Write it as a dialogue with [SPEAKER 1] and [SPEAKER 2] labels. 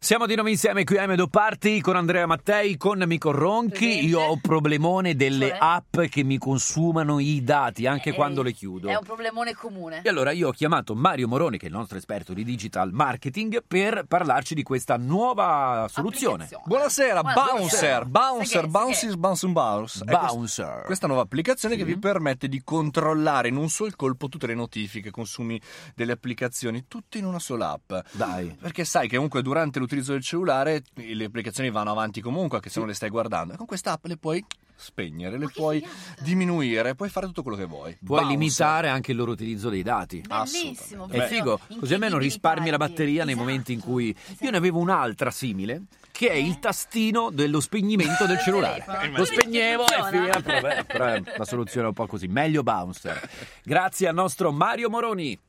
[SPEAKER 1] Siamo di nuovo insieme qui a Medo Party con Andrea Mattei, con Mico Ronchi.
[SPEAKER 2] Presente.
[SPEAKER 1] Io ho un problemone delle
[SPEAKER 2] Cioè?
[SPEAKER 1] app che mi consumano i dati anche
[SPEAKER 2] Eh,
[SPEAKER 1] quando le chiudo.
[SPEAKER 2] È un problemone comune.
[SPEAKER 1] E allora io ho chiamato Mario Moroni, che è il nostro esperto di digital marketing, per parlarci di questa nuova soluzione.
[SPEAKER 2] Applicazione.
[SPEAKER 3] Buonasera,
[SPEAKER 2] Buonasera.
[SPEAKER 3] Bouncer,
[SPEAKER 2] Sai
[SPEAKER 3] Bouncer,
[SPEAKER 2] che-
[SPEAKER 3] Bounces, Bounce and Bounce. È quest-
[SPEAKER 1] Bouncer.
[SPEAKER 3] Questa nuova applicazione
[SPEAKER 1] Sì.
[SPEAKER 3] che vi permette di controllare in un sol colpo tutte le notifiche, consumi delle applicazioni, tutte in una sola app.
[SPEAKER 1] Dai.
[SPEAKER 3] Perché sai che comunque durante l'utilizzo del cellulare le applicazioni vanno avanti comunque, anche se non le stai guardando. E con questa app le puoi spegnere, le
[SPEAKER 2] Ma che
[SPEAKER 3] puoi
[SPEAKER 2] figata.
[SPEAKER 3] diminuire, puoi fare tutto quello che vuoi.
[SPEAKER 1] Puoi
[SPEAKER 3] Bouncer.
[SPEAKER 1] limitare anche il loro utilizzo dei dati.
[SPEAKER 2] Bellissimo,
[SPEAKER 3] Assolutamente.
[SPEAKER 1] È
[SPEAKER 3] Beh,
[SPEAKER 1] figo, così almeno risparmi la batteria nei momenti in cui. Io ne avevo un'altra simile, che è il tastino dello spegnimento del
[SPEAKER 2] Del
[SPEAKER 1] cellulare.
[SPEAKER 2] telefono.
[SPEAKER 1] Lo spegnevo e
[SPEAKER 2] Funziona.
[SPEAKER 1] finiva. Però, beh, però è una soluzione un po' così. Meglio bouncer. Grazie al nostro Mario Moroni.